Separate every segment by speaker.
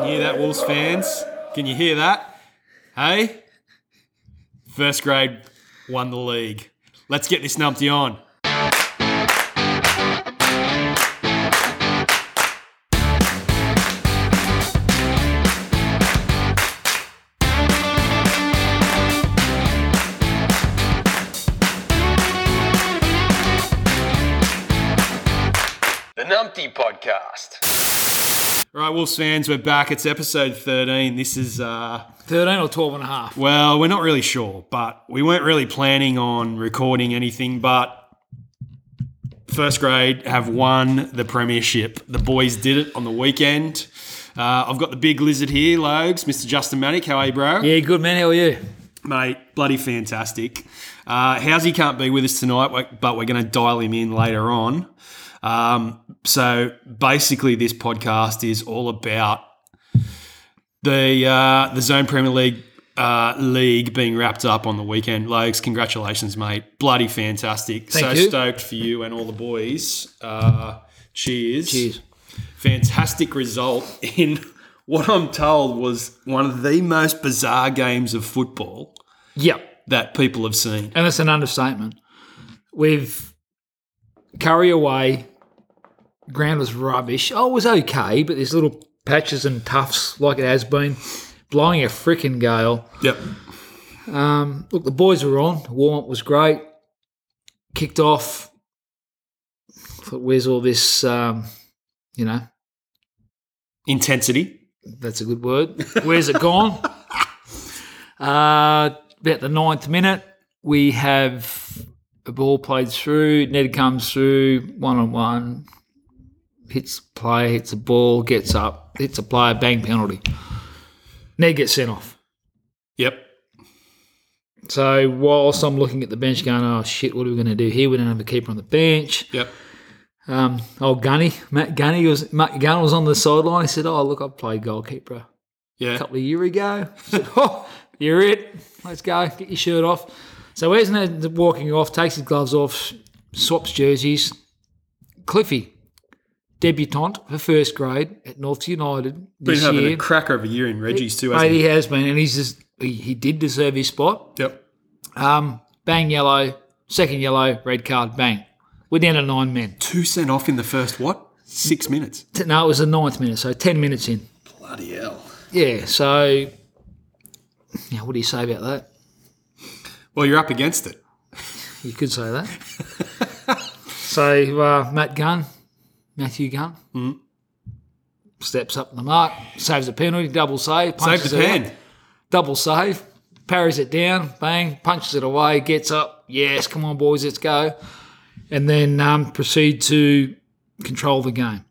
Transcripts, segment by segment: Speaker 1: Eagles fans, can you hear that? Hey? First grade won the league. Let's get this numpty on.
Speaker 2: The Numpty Podcast.
Speaker 1: All right, Wolves fans, we're back. It's episode 13. This is, uh,
Speaker 3: 13 or 12 and a half.
Speaker 1: well, we're not really sure, but we weren't really planning on recording anything, but first grade have won the premiership. The boys did it on the weekend. Uh, I've got the big lizard here, Logs, Mr. Justin Maddock. How are you, bro?
Speaker 3: Yeah, good man. How are you?
Speaker 1: mate, bloody fantastic. Uh, Housey can't be with us tonight, w- but we're going to dial him in later on. Um, so basically, this podcast is all about the uh, the Zone Premier League uh, league being wrapped up on the weekend. Lokes, congratulations, mate! Bloody fantastic. so
Speaker 3: you.
Speaker 1: stoked for you and all the boys. Uh, cheers.
Speaker 3: Cheers.
Speaker 1: Fantastic result in what I'm told was one of the most bizarre games of football
Speaker 3: Yeah.
Speaker 1: that people have seen.
Speaker 3: And that's an understatement. With Curry away, ground was rubbish. Oh, it was okay, but there's little patches and tufts like it has been. Blowing a frickin' gale.
Speaker 1: Yep.
Speaker 3: Um, look, the boys were on. Warm up was great. Kicked off. Thought, where's all this, um, you know,
Speaker 1: Intensity.
Speaker 3: That's a good word. Where's it gone? uh, about the ninth minute, we have a ball played through. Ned comes through one on one, hits player, hits a ball, gets up, hits a player, bang penalty. Ned gets sent off.
Speaker 1: Yep.
Speaker 3: So whilst I'm looking at the bench, going, "Oh shit, what are we going to do here? We don't have a keeper on the bench."
Speaker 1: Yep.
Speaker 3: Um, old Gunny, Matt Gunny was Matt Gunn was on the sideline. He said, "Oh look, I played goalkeeper."
Speaker 1: Yeah.
Speaker 3: couple of year ago. Said, oh, you're it. Let's go. Get your shirt off. So Esner walking off, takes his gloves off, swaps jerseys. Cliffy, debutant for first grade at North United
Speaker 1: Been
Speaker 3: this
Speaker 1: having
Speaker 3: year.
Speaker 1: a cracker of a year in Reggie's too,
Speaker 3: Mate,
Speaker 1: hasn't
Speaker 3: he
Speaker 1: he?
Speaker 3: has been, and he's just he, he did deserve his spot.
Speaker 1: Yep.
Speaker 3: Um, bang yellow, second yellow, red card, bang. We're down to nine men.
Speaker 1: Two sent off in the first what? Six minutes.
Speaker 3: T- No, it was the ninth minute, so ten minutes in.
Speaker 1: Bloody hell.
Speaker 3: Yeah, so yeah, what do you say about that?
Speaker 1: Well, you're up against it.
Speaker 3: You could say that. so uh, Matt Gunn, Matthew Gunn,
Speaker 1: Mm.
Speaker 3: steps up the mark, saves a penalty, double save,
Speaker 1: Save
Speaker 3: punches
Speaker 1: the
Speaker 3: it
Speaker 1: pen.
Speaker 3: out, double save, parries it down, bang, punches it away, gets up, yes, come on boys, let's go, and then um, proceed to control the game.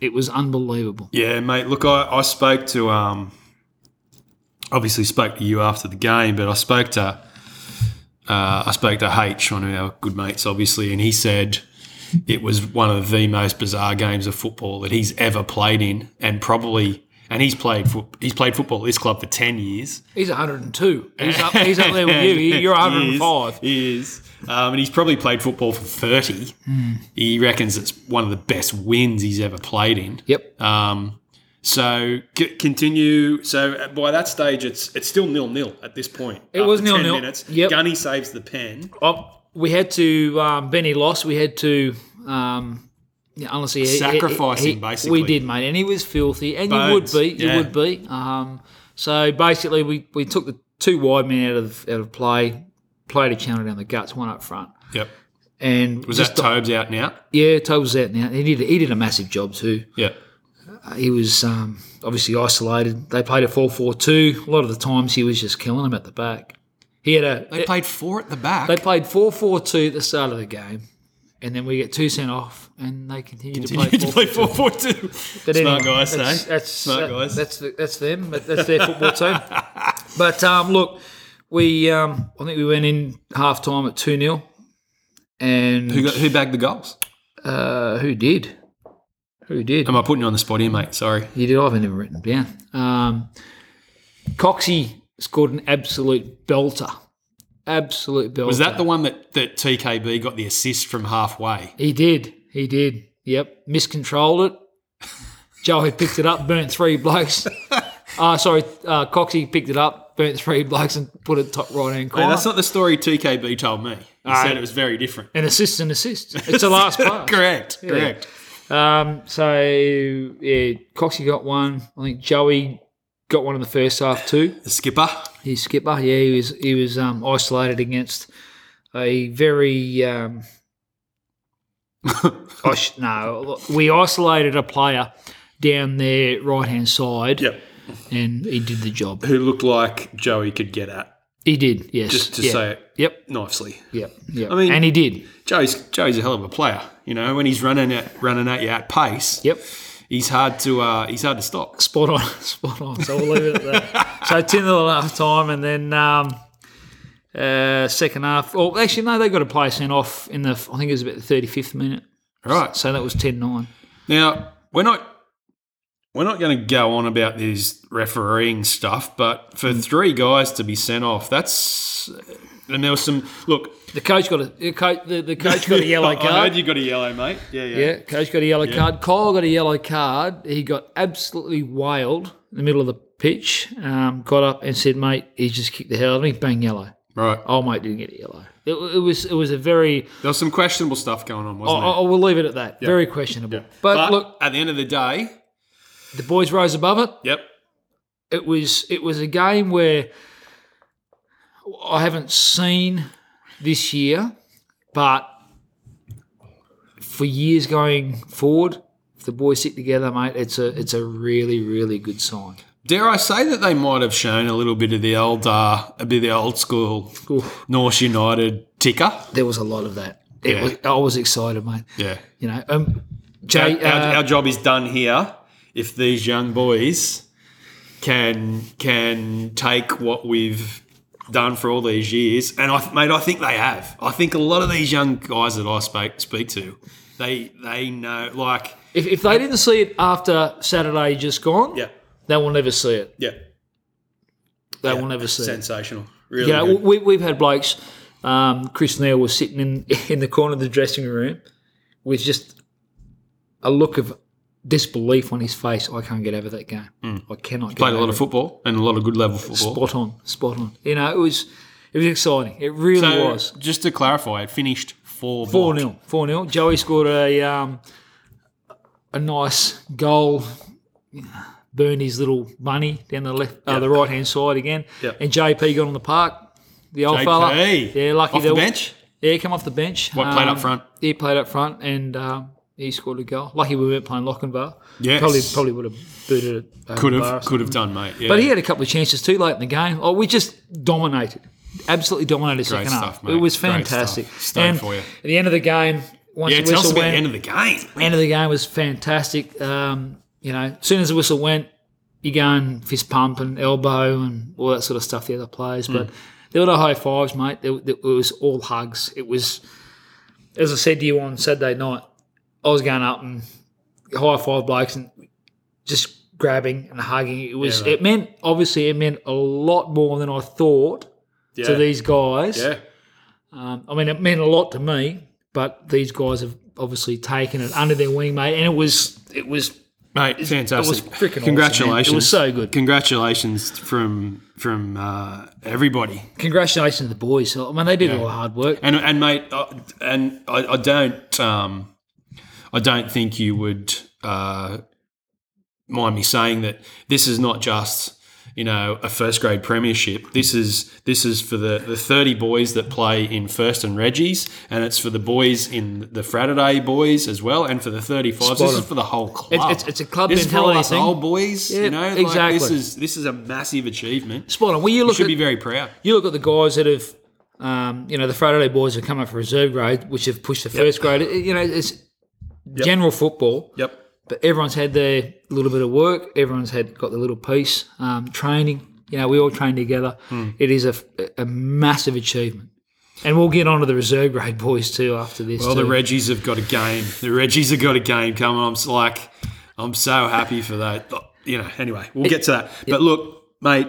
Speaker 3: It was unbelievable.
Speaker 1: Yeah, mate. Look, I, I spoke to um, obviously spoke to you after the game, but I spoke to uh, I spoke to H, one of our good mates, obviously, and he said it was one of the most bizarre games of football that he's ever played in, and probably. And he's played foot, he's played football at this club for ten years.
Speaker 3: He's 102. He's up, he's up there with you. He- You're
Speaker 1: He is,
Speaker 3: 105.
Speaker 1: He is, um, and he's probably played football for thirty.
Speaker 3: Hmm.
Speaker 1: He reckons it's one of the best wins he's ever played in.
Speaker 3: Yep.
Speaker 1: Um, so c- continue. So uh, by that stage, it's it's still nil nil at this point. It
Speaker 3: was nil-nil.
Speaker 1: Minutes.
Speaker 3: Yep.
Speaker 1: Gunny saves the pen.
Speaker 3: Oh, we had to um, Benny lost. We had to um, yeah, unless he
Speaker 1: Sacrifice
Speaker 3: he-
Speaker 1: him,
Speaker 3: he-
Speaker 1: basically.
Speaker 3: We did, mate, and he was filthy, and
Speaker 1: Bones,
Speaker 3: you would be,
Speaker 1: yeah.
Speaker 3: you would be. Um, so basically, we, we took the two wide men out of out of play, played a channel down the guts, one up front,
Speaker 1: Yep.
Speaker 3: and
Speaker 1: Was
Speaker 3: just
Speaker 1: that Tobes out now?
Speaker 3: yeah, Tobes out now. He did he did a massive job too.
Speaker 1: Yeah.
Speaker 3: Uh, he was um, obviously isolated. They played a 4-4-2. A lot of the times, he was just killing them at the back. He had a
Speaker 1: They played four at the back.
Speaker 3: They played 4 4 2 at the start of the game, and then we get two sent off, and they continue,
Speaker 1: Continued
Speaker 3: to
Speaker 1: to
Speaker 3: play 4
Speaker 1: play four four two.
Speaker 3: But
Speaker 1: Smart guys,
Speaker 3: that's,
Speaker 1: eh?
Speaker 3: that's,
Speaker 1: Smart guys.
Speaker 3: That's, the, that's them. But that's their football team. But um, look, we um, I think we went in half time at 2 0. And
Speaker 1: Who got, who bagged the goals?
Speaker 3: uh, who did? Who did?
Speaker 1: Am I putting you on the spot here, mate? Sorry.
Speaker 3: You did. I've never written it down. Um, Coxie scored an absolute belter. Absolute belter.
Speaker 1: Was that the one that, that TKB got the assist from halfway?
Speaker 3: He did. He did. Yep. Miscontrolled it. Joey picked it up, burnt three blokes. Uh, sorry, uh, Coxie picked it up, burnt three blokes, and put it top right hand corner.
Speaker 1: Hey, that's not the story TKB told me. He said
Speaker 3: Alright.
Speaker 1: it was very different.
Speaker 3: an assist and assist. It's the last pass.
Speaker 1: correct, correct.
Speaker 3: Um, so yeah, Coxie got one. I think Joey got one in the first half too.
Speaker 1: The skipper.
Speaker 3: His skipper, yeah, he was he was um, isolated against a very. Um, I sh- no, we isolated a player down their right hand side, and he did the job.
Speaker 1: Who looked like Joey could get at,
Speaker 3: He did, yes.
Speaker 1: just to
Speaker 3: yeah.
Speaker 1: say it
Speaker 3: Yep,
Speaker 1: nicely.
Speaker 3: yep, yep.
Speaker 1: I mean-
Speaker 3: and he did.
Speaker 1: Joey's Joey's a hell of a player. You know, when he's running at running at you at pace,
Speaker 3: Yep.
Speaker 1: he's hard to uh, he's hard to stop.
Speaker 3: Spot on, spot on. So we'll leave it at that. So ten to the half time, and then um, uh, second half. Well, actually, no, they got a player sent off in the. I think it was about the thirty fifth minute.
Speaker 1: Right.
Speaker 3: So that was 10-9.
Speaker 1: Now, we're not we're not going to go on about this refereeing stuff, but
Speaker 3: Hmm.
Speaker 1: for three guys to be sent off, that's and there was some look.
Speaker 3: The coach got a the coach, the, the coach got a yellow
Speaker 1: I heard
Speaker 3: card.
Speaker 1: you got a yellow, mate. Yeah, yeah.
Speaker 3: Yeah, coach got a yellow card. Kyle got a yellow card. He got absolutely wailed in the middle of the pitch. Um, got up and said, "Mate, he just kicked the hell out of me." Bang, yellow.
Speaker 1: Right.
Speaker 3: Oh, mate, didn't get a yellow. It, it was it was a very.
Speaker 1: There was some questionable stuff going on,
Speaker 3: I,
Speaker 1: wasn't
Speaker 3: I will leave it at that. Very questionable.
Speaker 1: there?
Speaker 3: But, Oh, look,
Speaker 1: at the end of the day,
Speaker 3: the boys rose above it.
Speaker 1: yep.
Speaker 3: It was it was a game where I haven't seen this year, but for years going forward, if the boys stick together, mate, it's a it's a really really good sign.
Speaker 1: Dare I say that they might have shown a little bit of the old, uh, a bit of the old school
Speaker 3: Oof.
Speaker 1: North United ticker.
Speaker 3: There was a lot of that. It
Speaker 1: Yeah.
Speaker 3: was, I was excited, mate.
Speaker 1: Yeah.
Speaker 3: You know, um, Jay,
Speaker 1: our, our-
Speaker 3: uh,
Speaker 1: our job is done here if these young boys can can take what we've done for all these years and I mate I think they have I think a lot of these young guys that I speak speak to they they know like
Speaker 3: if, if they didn't see it after Saturday just gone, they will never see it.
Speaker 1: yeah
Speaker 3: They will never see it.
Speaker 1: sensational really
Speaker 3: You know,
Speaker 1: good.
Speaker 3: we, we've had blokes. Um, Chris Neal was sitting in in the corner of the dressing room with just a look of disbelief on his face. I can't get over that game. I cannot. get
Speaker 1: Hmm. played a
Speaker 3: over
Speaker 1: lot of football and a lot of good level football
Speaker 3: Spot on, spot on. You know, it was it was exciting. It really
Speaker 1: So,
Speaker 3: was.
Speaker 1: just to clarify it finished 4
Speaker 3: Four 0 four 0 Joey scored a um, a nice goal. Burned his little money down the left, uh, the right hand side again.
Speaker 1: Yep.
Speaker 3: And JP got on the park. The old fella.
Speaker 1: JP
Speaker 3: Yeah, lucky
Speaker 1: off the
Speaker 3: there-
Speaker 1: bench
Speaker 3: Yeah, he came off the bench. um,
Speaker 1: What, played up front?
Speaker 3: He played up front and um, he scored a goal. Lucky we weren't playing Lochinvar.
Speaker 1: Yes.
Speaker 3: Probably probably would have booted it. over
Speaker 1: could
Speaker 3: the bar or
Speaker 1: have
Speaker 3: something.
Speaker 1: could have done mate yeah.
Speaker 3: But he had a couple of chances too late in the game. Oh, we just dominated. Absolutely dominated second half.
Speaker 1: stuff, mate.
Speaker 3: It was
Speaker 1: Great
Speaker 3: fantastic.
Speaker 1: stuff. Stoked
Speaker 3: and
Speaker 1: for you.
Speaker 3: At the end of the game, once
Speaker 1: yeah
Speaker 3: the
Speaker 1: tell us
Speaker 3: whistle
Speaker 1: about
Speaker 3: went,
Speaker 1: the end of the game
Speaker 3: end of the game was fantastic. Um, you know, as soon as the whistle went, you go and fist pump and elbow and all that sort of stuff the other players. But
Speaker 1: Hmm.
Speaker 3: there were no high fives, mate. There, there- it was all hugs. It was, as I said to you on Saturday night, I was going up and high five blokes and just grabbing and hugging. It was.
Speaker 1: Yeah, mate.
Speaker 3: it meant obviously it meant a lot more than I thought
Speaker 1: yeah.
Speaker 3: to these guys.
Speaker 1: yeah
Speaker 3: Um, I mean, it meant a lot to me, but these guys have obviously taken it under their wing, mate. And it was, it was,
Speaker 1: Mate,
Speaker 3: it was
Speaker 1: fantastic!
Speaker 3: freaking awesome, man.
Speaker 1: Congratulations!
Speaker 3: It was so good.
Speaker 1: Congratulations from from uh, everybody.
Speaker 3: congratulations to the boys. I mean, they did all the hard work.
Speaker 1: And and mate, uh, and I, I don't um, I don't think you would uh, mind me saying that this is not just you know a first grade premiership. This is this is for the, the thirty boys that play in first and Reggie's, and it's for the boys in the Friday boys as well, and for the thirty fives. This
Speaker 3: on.
Speaker 1: is for the whole club.
Speaker 3: It's- it's- it's a club
Speaker 1: this is for all
Speaker 3: mentality
Speaker 1: us
Speaker 3: thing.
Speaker 1: old boys.
Speaker 3: Yeah,
Speaker 1: you know, like, This
Speaker 3: exactly.
Speaker 1: is this is a massive achievement.
Speaker 3: Spot on. Well, you look
Speaker 1: Should
Speaker 3: at
Speaker 1: be very proud.
Speaker 3: you look at the guys that have, um, you know, the Friday boys have come up for reserve grade, which have pushed the first grade. It- you know, it's general football.
Speaker 1: Yep.
Speaker 3: But everyone's had their little bit of work. Everyone's had got their little piece. Um, training, you know, we all train together.
Speaker 1: Hmm.
Speaker 3: It is a, a massive achievement, and we'll get on to the reserve grade boys too after this.
Speaker 1: Well, the
Speaker 3: too.
Speaker 1: Reggies have got a game. The Reggies have got a game coming. I'm s- like, I'm so happy for that. But, You know. Anyway, we'll get to that. But look, mate.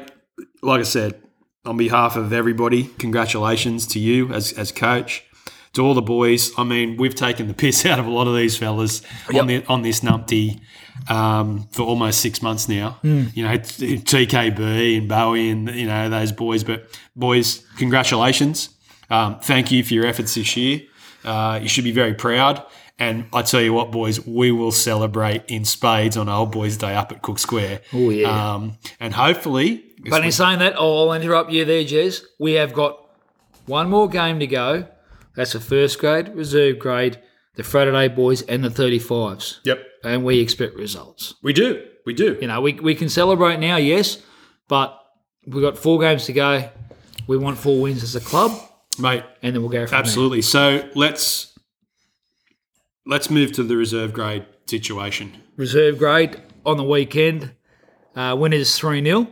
Speaker 1: Like I said, on behalf of everybody, congratulations to you as as coach, to all the boys. I mean, we've taken the piss out of a lot of these fellas on, the, on this numpty um, for almost six months now.
Speaker 3: Hmm.
Speaker 1: You know, t- TKB and Bowie and, you know, those boys. But, boys, congratulations. Um, thank you for your efforts this year. Uh, you should be very proud. And I tell you what, boys, we will celebrate in spades on Old Boys Day up at Cook Square. Oh,
Speaker 3: yeah.
Speaker 1: Um, and hopefully,
Speaker 3: But in saying that, oh, I'll interrupt you there, Jez. We have got one more game to go. That's the first grade, reserve grade, the Friday boys, and the 35s.
Speaker 1: yep,
Speaker 3: And we expect results.
Speaker 1: we do. We do.
Speaker 3: You know, we, we can celebrate now, yes, but we've got four games to go. We want four wins as a club,
Speaker 1: Mate,
Speaker 3: and then we'll go from
Speaker 1: Absolutely. So let's let's move to the reserve grade situation.
Speaker 3: there. Reserve grade on the weekend. Uh, winners 3 0.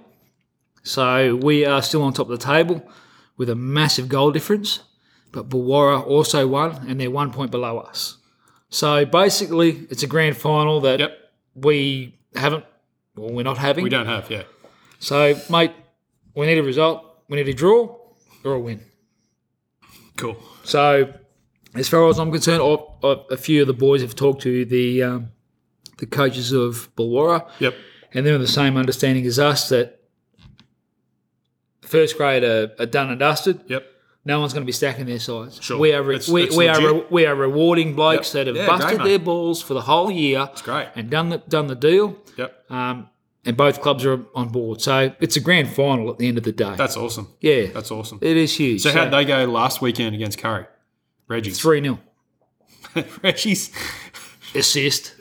Speaker 3: So we are still on top of the table with a massive goal difference. But Bawara also won, and they're one point below us. So basically, it's a grand final that
Speaker 1: Yep.
Speaker 3: we haven't, well, we're not having.
Speaker 1: We don't have, yeah.
Speaker 3: So, mate, we need a result. We need a draw or a win.
Speaker 1: Cool.
Speaker 3: So, as far as I'm concerned, I, I, a few of the boys have talked to the um, the coaches of Bulwara,
Speaker 1: Yep.
Speaker 3: and they're of the same understanding as us that first grade are, are done and dusted.
Speaker 1: Yep.
Speaker 3: No one's going to be stacking their sides.
Speaker 1: Sure.
Speaker 3: We are re-
Speaker 1: That's-
Speaker 3: we,
Speaker 1: that's
Speaker 3: we are re-
Speaker 1: legit.
Speaker 3: we are rewarding blokes
Speaker 1: Yep.
Speaker 3: that have
Speaker 1: Yeah, great,
Speaker 3: busted
Speaker 1: mate.
Speaker 3: their balls for the whole year
Speaker 1: great.
Speaker 3: and done the done the deal.
Speaker 1: Yep.
Speaker 3: Um, and both clubs are on board, so it's a grand final at the end of the day.
Speaker 1: That's awesome.
Speaker 3: yeah,
Speaker 1: That's awesome.
Speaker 3: it is huge.
Speaker 1: So how'd they go last weekend against Curry? Reggie's.
Speaker 3: three 0
Speaker 1: Reggie's.
Speaker 3: assist.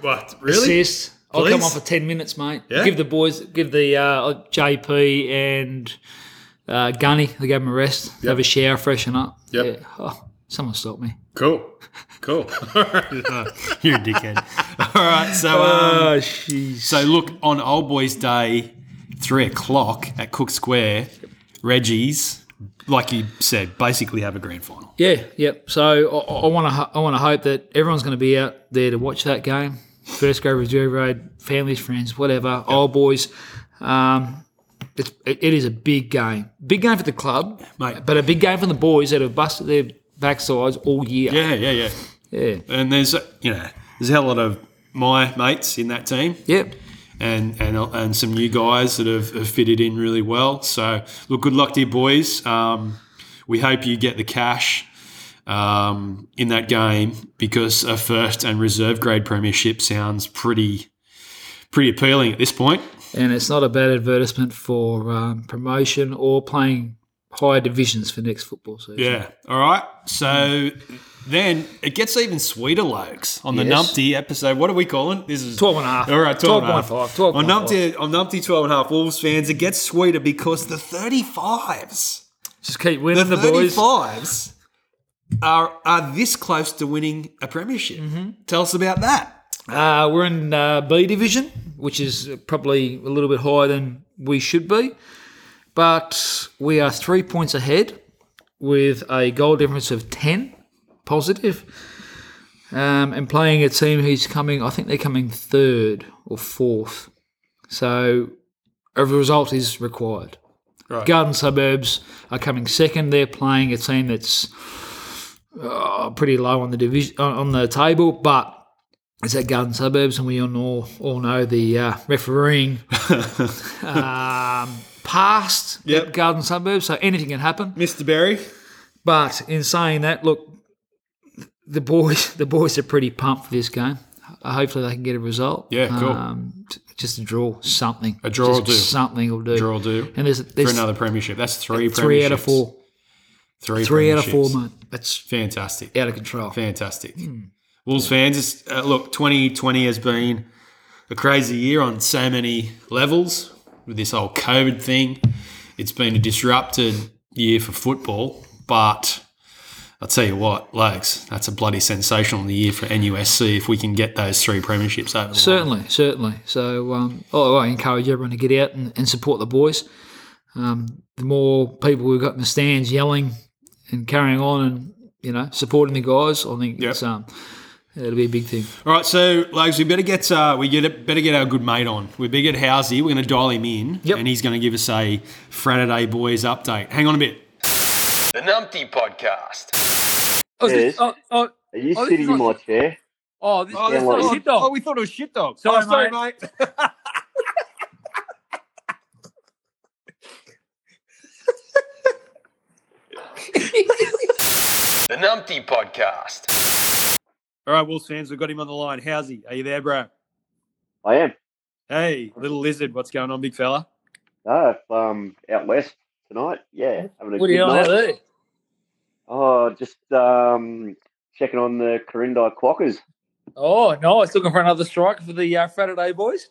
Speaker 1: what?
Speaker 3: assist. I'll come
Speaker 1: Please?
Speaker 3: on for ten minutes, mate.
Speaker 1: Yeah?
Speaker 3: Give the boys, give the uh, JP and uh, Gunny. They gave them a rest. Have a shower, freshen up.
Speaker 1: Yep.
Speaker 3: Yeah. Oh, someone stop me.
Speaker 1: Cool. Cool. All right. You're a dickhead. All right. So um,
Speaker 3: jeez.
Speaker 1: So look, on Old Boys Day, three o'clock at Cook Square, Reggie's, like you said, basically have a grand final.
Speaker 3: Yeah. Yep. So I want to. I want to hope that everyone's going to be out there to watch that game. First grade reserve grade, families, friends, whatever, old boys. Um, it's, it it is a big game. Big game for the club,
Speaker 1: Mate.
Speaker 3: but a big game for the boys that have busted their backsides all year.
Speaker 1: Yeah, yeah, yeah.
Speaker 3: Yeah.
Speaker 1: And there's uh, you know there's a hell lot of my mates in that team,
Speaker 3: Yep.
Speaker 1: and and and some new guys that have, have fitted in really well. So look, good luck to you boys. Um, we hope you get the cash. Um, in that game, because a first and reserve grade premiership sounds pretty, pretty appealing at this point.
Speaker 3: and it's not a bad advertisement for um, promotion or playing higher divisions for next football season.
Speaker 1: Yeah. All right. So then it gets even sweeter, Lokes, on the
Speaker 3: Yes.
Speaker 1: Numpty episode. What are we calling? This is
Speaker 3: 12 and a half.
Speaker 1: All right, 12, and a half.
Speaker 3: 12.5, 12
Speaker 1: on
Speaker 3: and a half.
Speaker 1: Numpty, on Numpty 12 and a half, Wolves fans, it gets sweeter because the 35s,
Speaker 3: Just
Speaker 1: the,
Speaker 3: keep winning the, boys.
Speaker 1: 35s are, are this close to winning a premiership.
Speaker 3: Mm-hmm.
Speaker 1: Tell us about that.
Speaker 3: Uh, we're in uh, B division, which is probably a little bit higher than we should be, but we are three points ahead with a goal difference of 10 positive. Um, and playing a team who's coming, I think they're coming third or fourth. So a result is required.
Speaker 1: Right.
Speaker 3: Garden Suburbs are coming second. They're playing a team that's uh, pretty low on the division on on the table, but it's at Garden Suburbs, and we all know, all know the uh, refereeing um, past
Speaker 1: Yep.
Speaker 3: at Garden Suburbs, so anything can happen.
Speaker 1: Mr. Berry.
Speaker 3: But in saying that, look, the boys the boys are pretty pumped for this game. Ho- Hopefully, they can get a result.
Speaker 1: Yeah, cool.
Speaker 3: Um, t- just a draw, something. A
Speaker 1: draw will do.
Speaker 3: Something will do.
Speaker 1: Draw will do.
Speaker 3: And there's, there's
Speaker 1: For another premiership. That's three
Speaker 3: three out of
Speaker 1: premierships.
Speaker 3: four.
Speaker 1: Three,
Speaker 3: Three out of four,
Speaker 1: premierships.
Speaker 3: mate. That's
Speaker 1: Fantastic.
Speaker 3: out of control.
Speaker 1: Fantastic. Wolves fans, it's, uh, look, 2020 has been a crazy year on so many levels with this whole COVID thing. It's been a disrupted year for football, but I'll tell you what, Lakes, that's a bloody sensational year for NUSC if we can get those three premierships over the line.
Speaker 3: Certainly, certainly. So, um, oh, I encourage everyone to get out and, and support the boys. Um, the more people we've got in the stands yelling and carrying on and you know supporting the guys, I think
Speaker 1: Yep.
Speaker 3: it's, um, it'll be a big thing.
Speaker 1: All right, so Lugs, we better get uh, we get better get our good mate on. We better get Housey. We're going to dial him in,
Speaker 3: Yep.
Speaker 1: and he's going to give us a Friday boys update. Hang on a bit.
Speaker 2: The Numpty Podcast.
Speaker 3: Oh, is this-
Speaker 4: Yes.
Speaker 3: oh, oh,
Speaker 4: Are you
Speaker 3: Oh, this
Speaker 4: sitting
Speaker 3: is
Speaker 4: in my
Speaker 3: not-
Speaker 4: chair?
Speaker 3: oh, this
Speaker 4: that's
Speaker 3: is
Speaker 4: not-
Speaker 3: hit dog.
Speaker 1: we thought it was shit dog.
Speaker 3: Sorry,
Speaker 1: mate.
Speaker 2: The Numpty Podcast.
Speaker 1: All right, Wolves fans, we've got him on the line. How's he? Are you there, bro?
Speaker 4: I am.
Speaker 1: Hey, little lizard, what's going on, big fella?
Speaker 4: No, um, out west tonight. Yeah, having a
Speaker 3: What are
Speaker 4: good
Speaker 3: you on
Speaker 4: night.
Speaker 3: out there?
Speaker 4: Oh, just um, checking on the Corindai Quackers.
Speaker 3: Oh, nice. Looking for another strike for the uh, Saturday boys.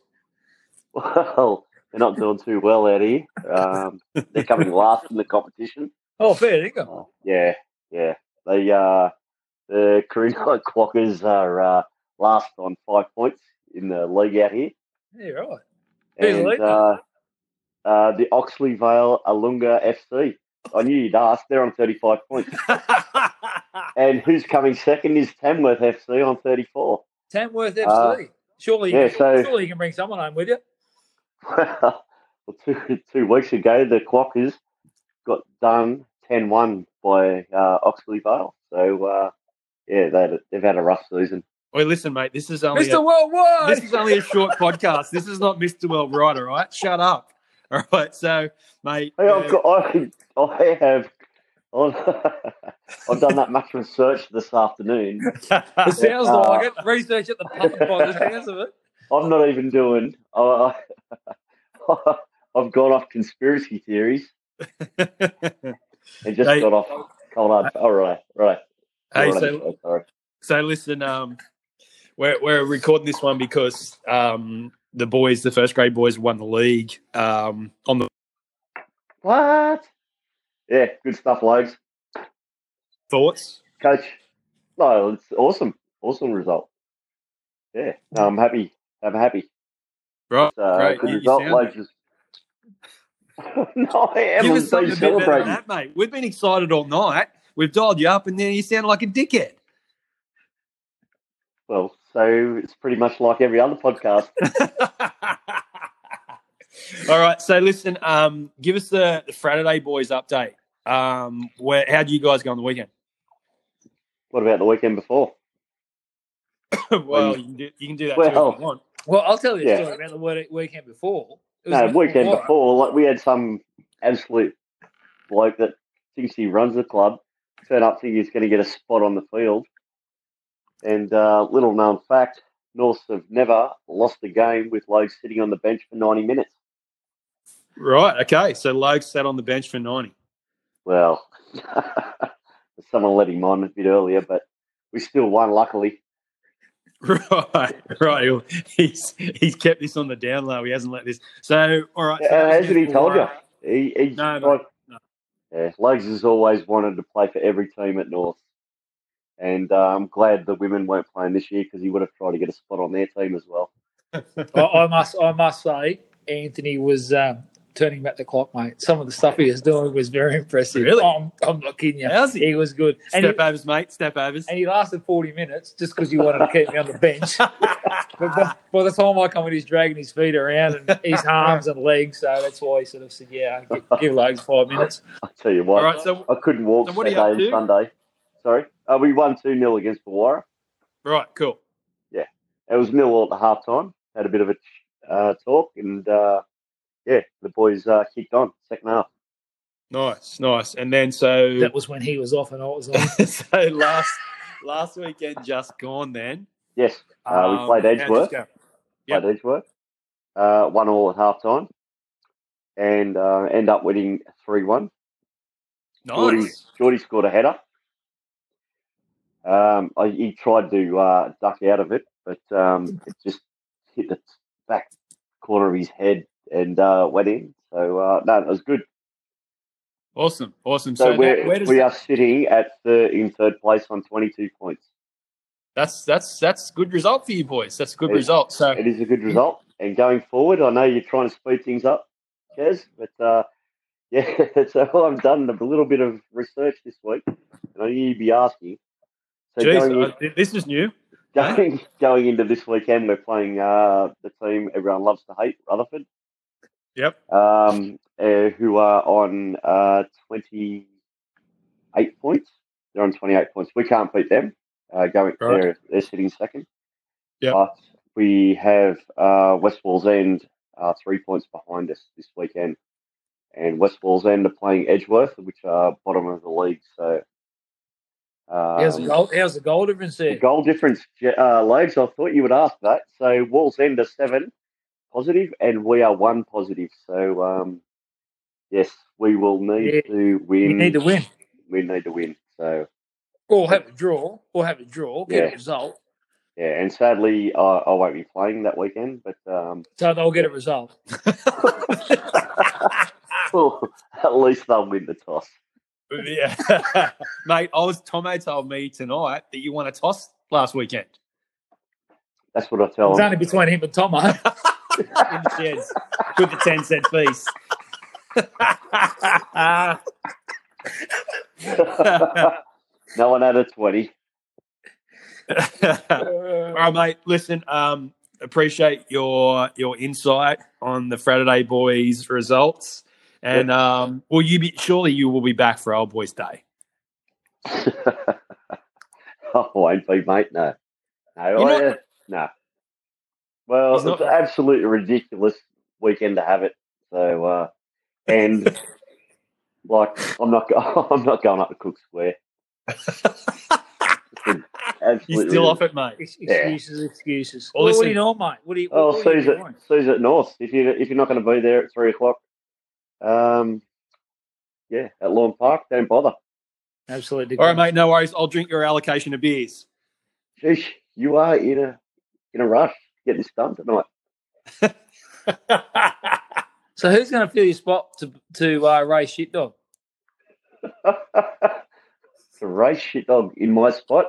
Speaker 4: Well, they're not doing too well out here. Um, they're coming last in the competition.
Speaker 3: Oh, fair dinkum.
Speaker 4: Oh, yeah, yeah. They uh, the Corindai Quackers are uh, last on five points in the league out here.
Speaker 3: Yeah, right. Who's
Speaker 4: and
Speaker 3: leading?
Speaker 4: uh, uh, the Oxley Vale Alunga FC. I knew you'd ask. They're on 35 points. And who's coming second is Tamworth FC on 34.
Speaker 3: Tamworth FC.
Speaker 4: Uh,
Speaker 3: surely,
Speaker 4: yeah, so-
Speaker 3: surely you can bring someone home with you.
Speaker 4: well, two, two weeks ago, the Quackers got done 10 1 by uh, Oxley Vale. So, uh, yeah, they, they've had a rough season.
Speaker 1: Oi, listen, mate, this is only
Speaker 3: Mr.
Speaker 1: a,
Speaker 3: Worldwide.
Speaker 1: this is only a short podcast. This is not Mr. World Right, all right? Shut up. All right, so, mate.
Speaker 4: Hey,
Speaker 1: uh,
Speaker 4: I've got, I, I have. I've done that much research this afternoon.
Speaker 3: it sounds
Speaker 4: Uh,
Speaker 3: like it. Research at the pub by the sounds of it.
Speaker 4: I'm not even doing. I I- I've gone off conspiracy theories and just
Speaker 1: Hey.
Speaker 4: got off cold hard. All right, right.
Speaker 1: hey,
Speaker 4: All right,
Speaker 1: so,
Speaker 4: I'm sorry.
Speaker 1: so listen, um, we're, we're recording this one because um, the boys, the first grade boys, won the league um, on the
Speaker 4: What? Yeah, good stuff, Logs.
Speaker 1: thoughts.
Speaker 4: Coach, no, it's awesome, awesome result. Yeah, no, I'm happy. I'm happy.
Speaker 1: Right.
Speaker 4: So,
Speaker 1: Great,
Speaker 4: good
Speaker 1: you- you
Speaker 4: result,
Speaker 1: sound-
Speaker 4: Logs. no, I am.
Speaker 1: Give
Speaker 4: I'm
Speaker 1: us something a bit
Speaker 4: so
Speaker 1: better than
Speaker 4: celebrating.
Speaker 1: that, mate. We've been excited all night. We've dialed you up, and then you sound like a dickhead.
Speaker 4: Well, so it's pretty much like every other podcast.
Speaker 1: all right. So listen, um, give us the, the Friday boys update. Um, where how do you guys go on the weekend?
Speaker 4: what about the weekend before?
Speaker 1: well, you can, do, you can do that too
Speaker 4: Well-
Speaker 1: if you want.
Speaker 3: Well, I'll tell you a
Speaker 4: Yeah.
Speaker 3: story about the word- weekend before. It was
Speaker 4: No,
Speaker 3: a-
Speaker 4: weekend before, like we had some absolute bloke that thinks he runs the club turn up thinking he's going to get a spot on the field. And uh, little known fact, Norse have never lost a game with Lowe sitting on the bench for 90 minutes.
Speaker 1: Right. Okay. So Logue sat on the bench for ninety.
Speaker 4: Well, someone let him on a bit earlier, but we still won, luckily.
Speaker 1: Right, right. He'll- He's he's kept this on the down low. He hasn't let this. So, all right. so
Speaker 4: Uh,
Speaker 1: that's
Speaker 4: hasn't he
Speaker 1: just
Speaker 4: told you?
Speaker 1: for-
Speaker 4: He, he,
Speaker 1: No, no,
Speaker 4: like- Yeah, Logs has always wanted to play for every team at North. And uh, I'm glad the women weren't playing this year because he would have tried to get a spot on their team as well.
Speaker 3: I, I must, I must say, Anthony was um, turning back the clock, mate. Some of the stuff he was doing was very impressive.
Speaker 1: Really?
Speaker 3: I'm, I'm not kidding you.
Speaker 1: How's he?
Speaker 3: He was good, and he,
Speaker 1: Step overs, mate. Step overs.
Speaker 3: and he lasted 40 minutes just because you wanted to keep me on the bench. But by, by the time I come in, he's dragging his feet around and his arms and legs. So that's why he sort of said, "Yeah, give, give Logs five minutes."
Speaker 4: I tell you
Speaker 1: All
Speaker 4: what,
Speaker 1: right. So,
Speaker 4: I couldn't walk
Speaker 1: So what are you up
Speaker 4: Saturday
Speaker 1: to?
Speaker 4: and Sunday. Sorry. Uh, we won 2 0 against Bawara.
Speaker 1: right. Cool.
Speaker 4: It was nil all at half time. Had a bit of a uh, talk, and uh, yeah, the boys uh, kicked on second half.
Speaker 1: Nice. Nice. And then so
Speaker 3: That was when he was off and I was
Speaker 4: Um,
Speaker 3: on.
Speaker 1: so last last weekend just gone. Then
Speaker 4: Yes, Uh, we
Speaker 1: Ah,
Speaker 4: played
Speaker 1: how'd this
Speaker 4: Edgeworth.
Speaker 1: go?
Speaker 4: by played Edgeworth. Uh, one all at half time, and uh, end up winning 3 1. Geordie,
Speaker 1: Nice.
Speaker 4: Geordie scored a header. Um, I, he tried to uh, duck out of it, but um, it just hit the back corner of his head and uh, went in. So uh, no, it was good.
Speaker 1: Awesome. Awesome.
Speaker 4: So
Speaker 1: So, that-
Speaker 4: we're,
Speaker 1: where does
Speaker 4: we
Speaker 1: that-
Speaker 4: are sitting at third, in third place on twenty two points.
Speaker 1: that's that's that's good result for you boys. That's a good
Speaker 4: It-
Speaker 1: result. So
Speaker 4: It is a good result. And going forward, I know you're trying to speed things up, Kez, but uh, yeah, so I've done a little bit of research this week, and I knew you'd be asking. So
Speaker 1: geez,
Speaker 4: going in-
Speaker 1: uh, th- this is new.
Speaker 4: going going into this weekend, we're playing uh, the team everyone loves to hate, Rutherford,
Speaker 1: Yep.
Speaker 4: um, uh, who are on uh, twenty eight points. They're on 28 points. We can't beat them. Uh, going
Speaker 1: Right.
Speaker 4: they're, they're sitting second.
Speaker 1: Yep.
Speaker 4: But we have uh, West Walls End uh, three points behind us this weekend. And West Walls End are playing Edgeworth, which are bottom of the league. So um,
Speaker 3: How's the goal? How's the goal difference
Speaker 4: the
Speaker 3: there?
Speaker 4: goal difference, Je- uh, Logs, I thought you would ask that. So Walls End are seven positive, and we are one positive. So um, yes, we will need
Speaker 3: Yeah.
Speaker 4: to win.
Speaker 3: You need to win,
Speaker 4: We need to win. So
Speaker 3: or have a draw, or have a draw, get
Speaker 4: Yeah.
Speaker 3: a result.
Speaker 4: yeah, and sadly, I, I won't be playing that weekend. But um,
Speaker 3: So they'll get a result.
Speaker 4: well, at least they'll win the toss.
Speaker 1: Yeah. Mate, I was Tomo told me tonight that you won a toss last weekend.
Speaker 4: That's what I tell
Speaker 3: It's
Speaker 4: them.
Speaker 3: only between him and Tomo.
Speaker 1: In the shares with the 10 cent piece.
Speaker 4: no one had a twenty.
Speaker 1: All right, mate. Listen, um, appreciate your your insight on the Friday boys results. And um, will you be surely you will be back for Old Boys Day?
Speaker 4: oh, won't be, mate. No, no,
Speaker 1: You're
Speaker 4: I,
Speaker 1: not-
Speaker 4: uh, no. Well,
Speaker 1: He's not-
Speaker 4: it's absolutely ridiculous weekend to have it. So, uh, and like, I'm not, go- I'm not going up to Cook Square.
Speaker 1: You're
Speaker 4: Absolutely,
Speaker 1: still off it, mate.
Speaker 3: Ex- Excuses, excuses.
Speaker 1: Well,
Speaker 3: Well, what do
Speaker 1: listen-
Speaker 3: you know, mate? What do you?
Speaker 4: Oh,
Speaker 3: what are you
Speaker 4: Sue's at,
Speaker 3: doing?
Speaker 4: Sue's at North. If you if you're not going to be there at three o'clock, um, yeah, at Lawn Park, don't bother.
Speaker 3: Absolutely.
Speaker 1: All right, mate. No worries. I'll drink your allocation of beers.
Speaker 4: Sheesh, you are in a in a rush getting this done tonight.
Speaker 3: So who's going to fill your spot to to uh, race shit dog?
Speaker 4: to race shit dog in my spot,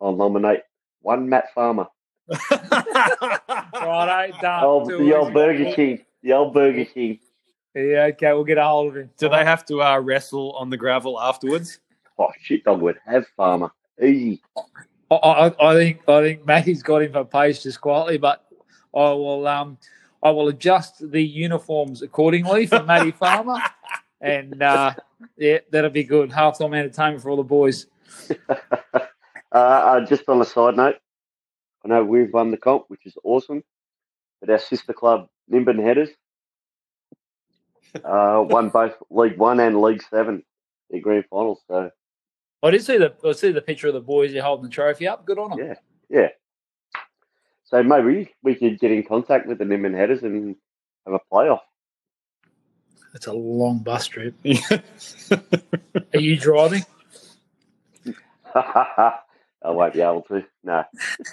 Speaker 4: I'll nominate one Matt Farmer.
Speaker 3: Friday, done.
Speaker 4: Oh,
Speaker 3: Two
Speaker 4: the old
Speaker 3: weeks.
Speaker 4: Burger King. The old Burger King.
Speaker 3: Yeah, okay, we'll get a hold of him.
Speaker 1: Do they have to uh, wrestle on the gravel afterwards?
Speaker 4: Oh, shit dog would have Farmer. Easy.
Speaker 3: I, I, I think I think Matty's got him for pace just quietly, but I will um I will adjust the uniforms accordingly for Matty Farmer, and uh, yeah, that'll be good. Halftime entertainment for all the boys.
Speaker 4: Uh, uh, just on a side note, I know we've won the comp, which is awesome, but our sister club, Nimbin Headers, uh, won both League One and League Seven, their grand finals. So,
Speaker 3: I did see the I see the picture of the boys here holding the trophy up. Good on them.
Speaker 4: Yeah. so maybe we could get in contact with the Nimbin Headers and have a playoff.
Speaker 3: It's a long bus trip. Are you driving?
Speaker 4: I won't be able to. No.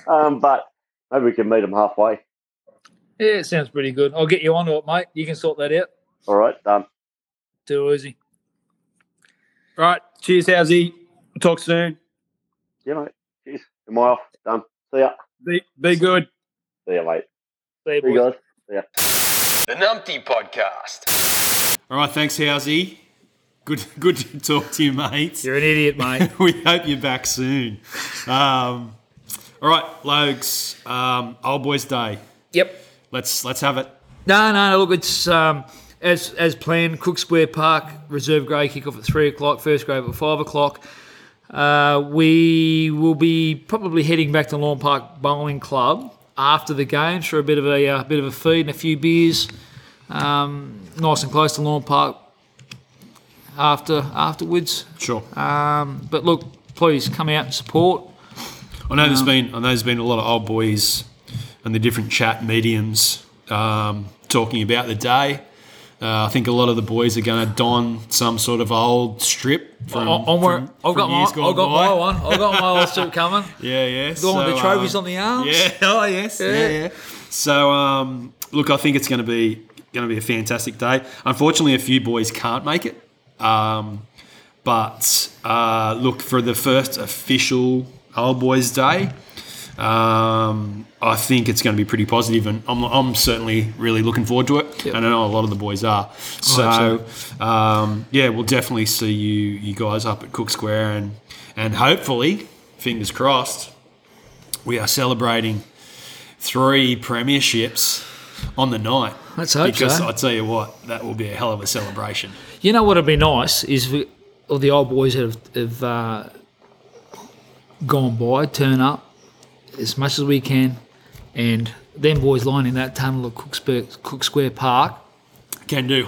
Speaker 4: Um, but maybe we can meet them halfway.
Speaker 3: Yeah, it sounds pretty good. I'll get you onto it, mate. You can sort that out.
Speaker 4: All right, done.
Speaker 3: Too easy.
Speaker 1: right. Cheers, Howsy. Talk soon.
Speaker 4: Yeah, mate. Cheers. Am I off? Done. See ya.
Speaker 1: Be, be good.
Speaker 4: See ya, mate.
Speaker 3: See you,
Speaker 4: See you
Speaker 3: boys.
Speaker 4: guys.
Speaker 2: The Numpty Podcast.
Speaker 1: All right. Thanks, Howsy. Good, good to talk to you, mate.
Speaker 3: You're an idiot, mate.
Speaker 1: we hope you're back soon. Um, all right, Logs. Um, old boys' day.
Speaker 3: yep.
Speaker 1: Let's let's have it.
Speaker 3: No, no, no. Look, it's um, as as planned. Cook Square Park reserve grade kickoff at three o'clock. First grade at five o'clock. Uh, we will be probably heading back to Lawn Park Bowling Club after the games for a bit of a uh, bit of a feed and a few beers. Um, nice and close to Lawn Park after afterwards.
Speaker 1: Sure.
Speaker 3: Um, but look, please come out and support.
Speaker 1: I know there's
Speaker 3: Um,
Speaker 1: been I know there's been a lot of old boys and the different chat mediums um, talking about the day. Uh, I think a lot of the boys are going to don some sort of old strip from,
Speaker 3: I, I'm wearing,
Speaker 1: Um, from-
Speaker 3: I've
Speaker 1: from
Speaker 3: got my
Speaker 1: years
Speaker 3: I've
Speaker 1: gone
Speaker 3: got my
Speaker 1: by.
Speaker 3: one. I've got my old suit coming.
Speaker 1: Yeah, yeah. um, Going
Speaker 3: Going with the trophies on the arms.
Speaker 1: Yeah. Oh, yes. Yeah, yeah.
Speaker 3: Yeah.
Speaker 1: So, um, look, I think it's going to be going to be a fantastic day. Unfortunately, a few boys can't make it. Um, but uh, look for the first official Old Boys Day. Um, I think it's going to be pretty positive, and I'm, I'm certainly really looking forward to it. And I know a lot of the boys are. So, um, yeah, we'll definitely see you you guys up at Cook Square, and and hopefully, fingers crossed, we are celebrating three premierships on the night.
Speaker 3: Let's hope
Speaker 1: because
Speaker 3: so.
Speaker 1: I tell you what, that will be a hell of a celebration.
Speaker 3: You know what would be nice is for all the old boys that have, have uh, gone by, turn up as much as we can, and them boys lying in that tunnel at Cook Square, Cook Square Park,
Speaker 1: Can do.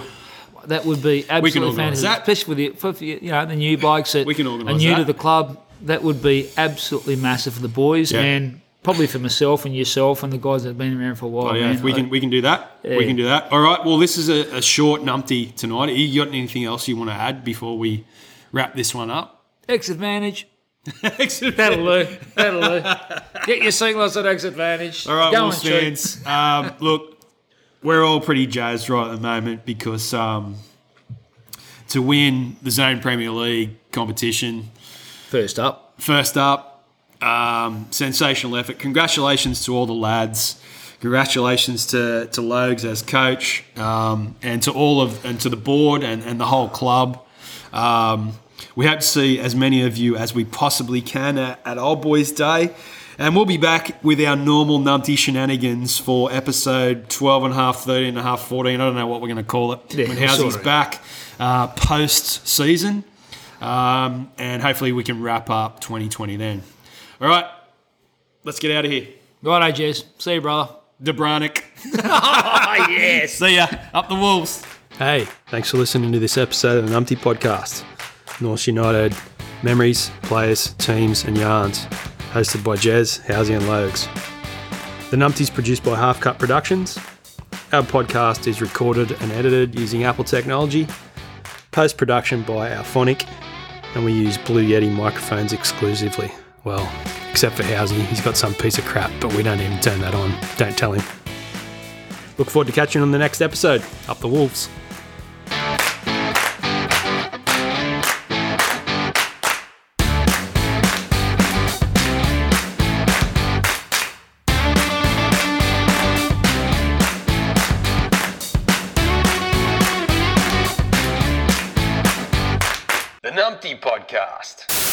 Speaker 3: that would be absolutely
Speaker 1: organise
Speaker 3: fantastic.
Speaker 1: that.
Speaker 3: Especially with the, for, for, you know the new bikes that
Speaker 1: We can
Speaker 3: are
Speaker 1: organise
Speaker 3: new to
Speaker 1: that.
Speaker 3: the club, that would be absolutely massive for the boys
Speaker 1: Yeah.
Speaker 3: and probably for myself and yourself and the guys that have been around for a while.
Speaker 1: Oh, yeah,
Speaker 3: man.
Speaker 1: we can we can do that. We can do that. All right. Well, this is a, a short numpty tonight. You got anything else you want to add before we wrap this one up?
Speaker 3: X advantage.
Speaker 1: Excellent.
Speaker 3: That'll do. That'll do. Get your singles at X advantage.
Speaker 1: All right,
Speaker 3: Go
Speaker 1: Wolves
Speaker 3: and shoot.
Speaker 1: fans. Um, look, we're all pretty jazzed right at the moment because um, to win the Zone Premier League competition,
Speaker 3: First up,
Speaker 1: first up, um, sensational effort. Congratulations to all the lads. Congratulations to, to Logs as coach um, and to all of and to the board and, and the whole club. Um, we hope to see as many of you as we possibly can at, at Old Boys Day. And we'll be back with our normal numpty shenanigans for episode 12 and a half, 13 and a half, 14. I don't know what we're going to call it.
Speaker 3: Yeah,
Speaker 1: when Housing's
Speaker 3: sorry.
Speaker 1: back uh, post season. Um, and hopefully we can wrap up 2020 then. All right, let's get out of here.
Speaker 3: right, Jez. See you, brother.
Speaker 1: Debranic. yes. See ya. Up the wolves.
Speaker 5: Hey, thanks for listening to this episode of the Numpty Podcast. North United memories, players, teams, and yarns. Hosted by Jez, Housey, and Logs. The Numpty is produced by Half Cut Productions. Our podcast is recorded and edited using Apple technology, post production by our Phonic, and we use Blue Yeti microphones exclusively. Well, except for Housey, he's got some piece of crap, but we don't even turn that on. Don't tell him. Look forward to catching you on the next episode. Up the Wolves.
Speaker 2: The Numpty Podcast.